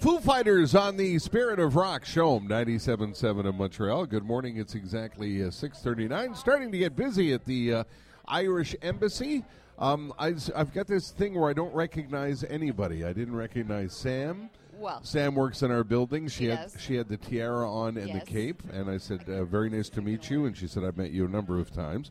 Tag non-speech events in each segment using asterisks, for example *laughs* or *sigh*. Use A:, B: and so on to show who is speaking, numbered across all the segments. A: Foo Fighters on the Spirit of Rock show, 97.7 in Montreal. Good morning. It's exactly uh, 6.39. Starting to get busy at the uh, Irish Embassy. Um, I, have got this thing where I don't recognize anybody. I didn't recognize Sam.
B: Well.
A: Sam works in our building. She,
B: She
A: had
B: does.
A: she had the tiara on and
B: Yes.
A: the cape, and I said, uh, "Very nice to meet you." And she said, "I've met you a number of times."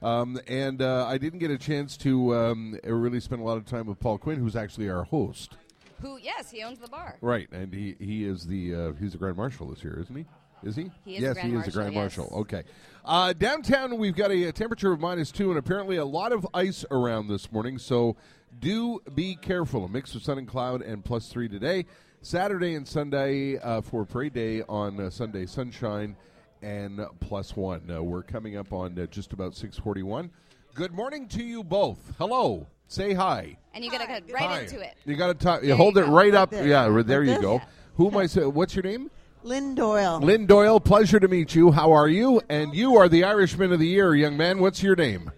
A: Um, and uh, I didn't get a chance to um, really spend a lot of time with Paul Quinn, who's actually our host.
B: Who? Yes, he owns the bar.
A: Right, and he he is the uh, he's the grand marshal this year, isn't he? Is he?
B: He is
A: yes,
B: the Grand
A: he is the
B: Marshal,
A: grand
B: yes.
A: marshal. Okay. Uh, downtown, we've got a, uh, temperature of minus two, and apparently a lot of ice around this morning. So do be careful. A mix of sun and cloud, and plus three today. Saturday and Sunday uh, for parade day on uh, Sunday, sunshine and plus one. Uh, we're coming up on uh, just about six forty-one. Good morning to you both. Hello. Say hi.
B: And you got to get right
A: Hi.
B: into it.
A: You got to talk. You
B: There
A: hold
B: you
A: it
B: go.
A: right up.
C: Like
A: Yeah,
C: this.
A: right- there
C: Like
A: you
C: this?
A: go. Who am I? sa- What's your name?
C: Lynn Doyle.
A: Lynn Doyle. Pleasure to meet you. How are you? And you are the Irishman of the Year, young man. What's your name?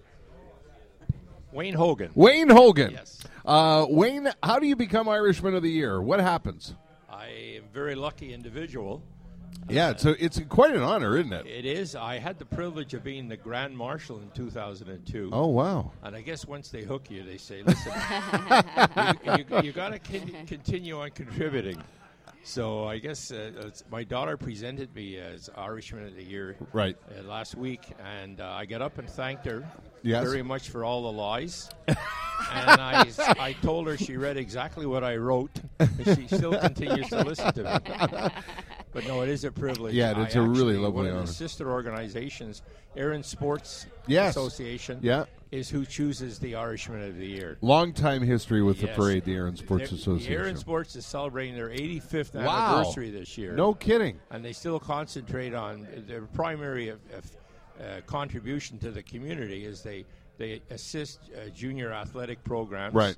D: Wayne Hogan.
A: Wayne Hogan.
D: Yes.
A: Uh, Wayne, how do you become Irishman of the Year? What happens?
D: I am a very lucky individual.
A: Yeah, it's a, it's quite an honor, isn't it?
D: It is. I had the privilege of being the Grand Marshal in 2002.
A: Oh wow.
D: And I guess once they hook you, they say, listen, you, you,
A: *laughs*
D: you got to con- continue on contributing. So I guess uh, it's- my daughter presented me as Irishman of the Year
A: Right.
D: uh, last week, and uh, I got up and thanked her
A: Yes.
D: very much for all the
A: *laughs*
D: lies. and I, s- I told her she read exactly what I wrote, and she
A: *laughs*
D: still continues to listen to me. But no, it is a privilege.
A: Yeah,
D: I
A: it's a really
D: actually-
A: lovely
D: one of the
A: honor.
D: sister organizations, Erin Sports
A: Yes.
D: Association
A: Yeah.
D: is who chooses the Irishman of the Year.
A: Long time history with the
D: Yes.
A: parade, the Aaron Sports
D: They're-
A: Association.
D: The Aaron Sports is celebrating their 85th
A: Wow.
D: anniversary this year.
A: No kidding.
D: And they still concentrate on their primary of, of, uh, contribution to the community is they they assist uh, junior athletic programs.
A: Right.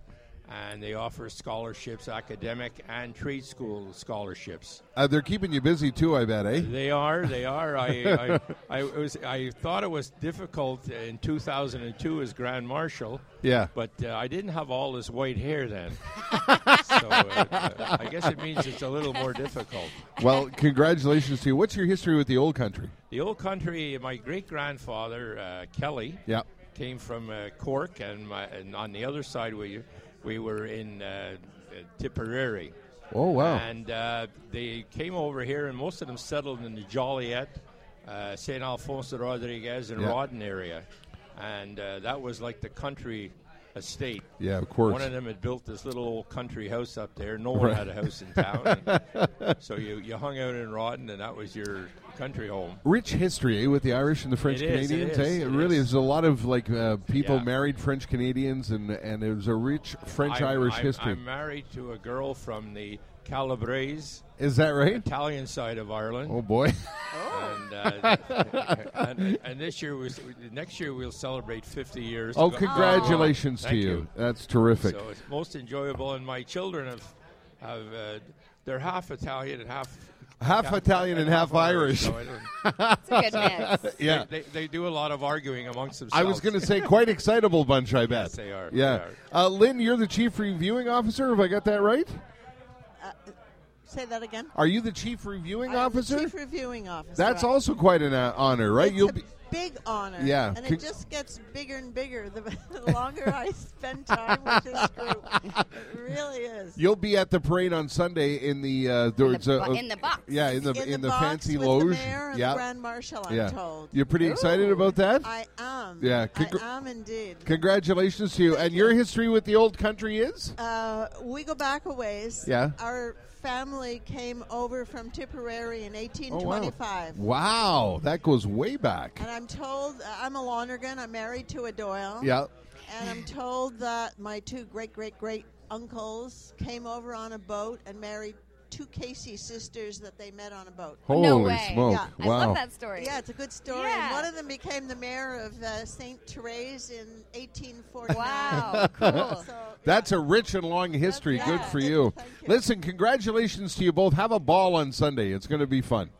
D: And they offer scholarships, academic and trade school scholarships.
A: Uh, they're keeping you busy too, I bet, eh?
D: They are. They
A: *laughs*
D: are. I, I, I was. I thought it was difficult in 2002 as Grand Marshal.
A: Yeah.
D: But uh, I didn't have all this white hair
A: *laughs*
D: then. so uh, uh, I guess it means it's a little more difficult.
A: Well, congratulations to you. What's your history with the old country?
D: The old country. My great grandfather uh, Kelly
A: Yeah.
D: came from uh, Cork, and, my, and on the other side we we were in uh, uh, Tipperary.
A: Oh wow.
D: And uh, they came over here, and most of them settled in the Joliet, uh, St. Alfonso de Rodriguez, and
A: Yeah.
D: Rodden area. And uh, that was like the country estate.
A: Yeah, of course.
D: One of them had built this little old country house up there. No one
A: Right.
D: had a house in town.
A: *laughs*
D: And so you, you hung out in Rodden, and that was your country home.
A: rich history eh, with the Irish and the French
D: It is, it
A: Canadians.
D: is,
A: eh? It,
D: it
A: really
D: is.
A: is a lot of like uh, people
D: Yeah.
A: married French Canadians, and and it was a rich French
D: I'm-
A: Irish
D: I'm-
A: history.
D: I'm married to a girl from the Calabrese,
A: is that right?
D: Italian side of Ireland.
A: Oh
D: *laughs*
A: boy, *laughs*
D: and, uh, and, and this year was next year we'll celebrate 50 years.
A: oh
D: Go-
A: congratulations to
D: Oh, Thank
A: you.
D: you.
A: That's terrific.
D: So it's most enjoyable, and my children have have uh, they're half Italian and half
A: Half Italian and half Irish.
D: so I don't-
A: *laughs*
B: It's a good mix.
A: yeah.
D: they, they do a lot of arguing amongst themselves.
A: I was going to say quite excitable bunch, I bet.
D: Yes, they are.
A: Yeah,
D: They are.
A: Uh, Lynn, you're the chief reviewing officer. Have I got that right?
C: Say that again.
A: Are you the chief reviewing
C: I'm the
A: officer?
C: Chief Reviewing Officer.
A: That's also quite an uh, honor, right?
C: It's
A: You'll
C: a
A: be
C: big honor.
A: Yeah.
C: And
A: Con-
C: it just gets bigger and bigger the, the *laughs* longer I spend time with this
A: *laughs*
C: group. It really is.
A: you'll be at the parade on Sunday in the uh, there
B: In
A: was
B: the,
A: a-
B: bo- in the box.
A: Yeah, in the in, the
C: box
A: fancy
C: with
A: loge.
C: The mayor and
A: yeah,
C: the grand marshal, I'm
A: yeah.
C: told.
A: You're pretty excited about that.
C: I am.
A: Yeah, congr-
C: I am indeed.
A: Congratulations to you. And your history with the old country is
C: Uh, we go back a ways.
A: Yeah.
C: Our family came over from Tipperary
A: Oh,
C: in 1825.
A: wow. Wow, that goes way back.
C: And I'm told, I'm a Lonergan. I'm married to a Doyle.
A: Yeah.
C: And I'm told that my two great great great uncles came over on a boat and married two Casey sisters that they met on a boat.
A: Holy
B: no way.
A: smoke!
C: Yeah.
B: I
A: Wow.
B: love that story.
C: Yeah, it's a good story.
B: Yeah.
C: And one of them became the mayor of uh, St. Therese in 1849.
A: *laughs*
C: *laughs*
B: Wow. cool.
C: So,
A: That's a rich and long history.
C: Yeah.
A: Good for you.
C: Thank you.
A: Listen, congratulations to you both. Have a ball on Sunday. It's going to be fun.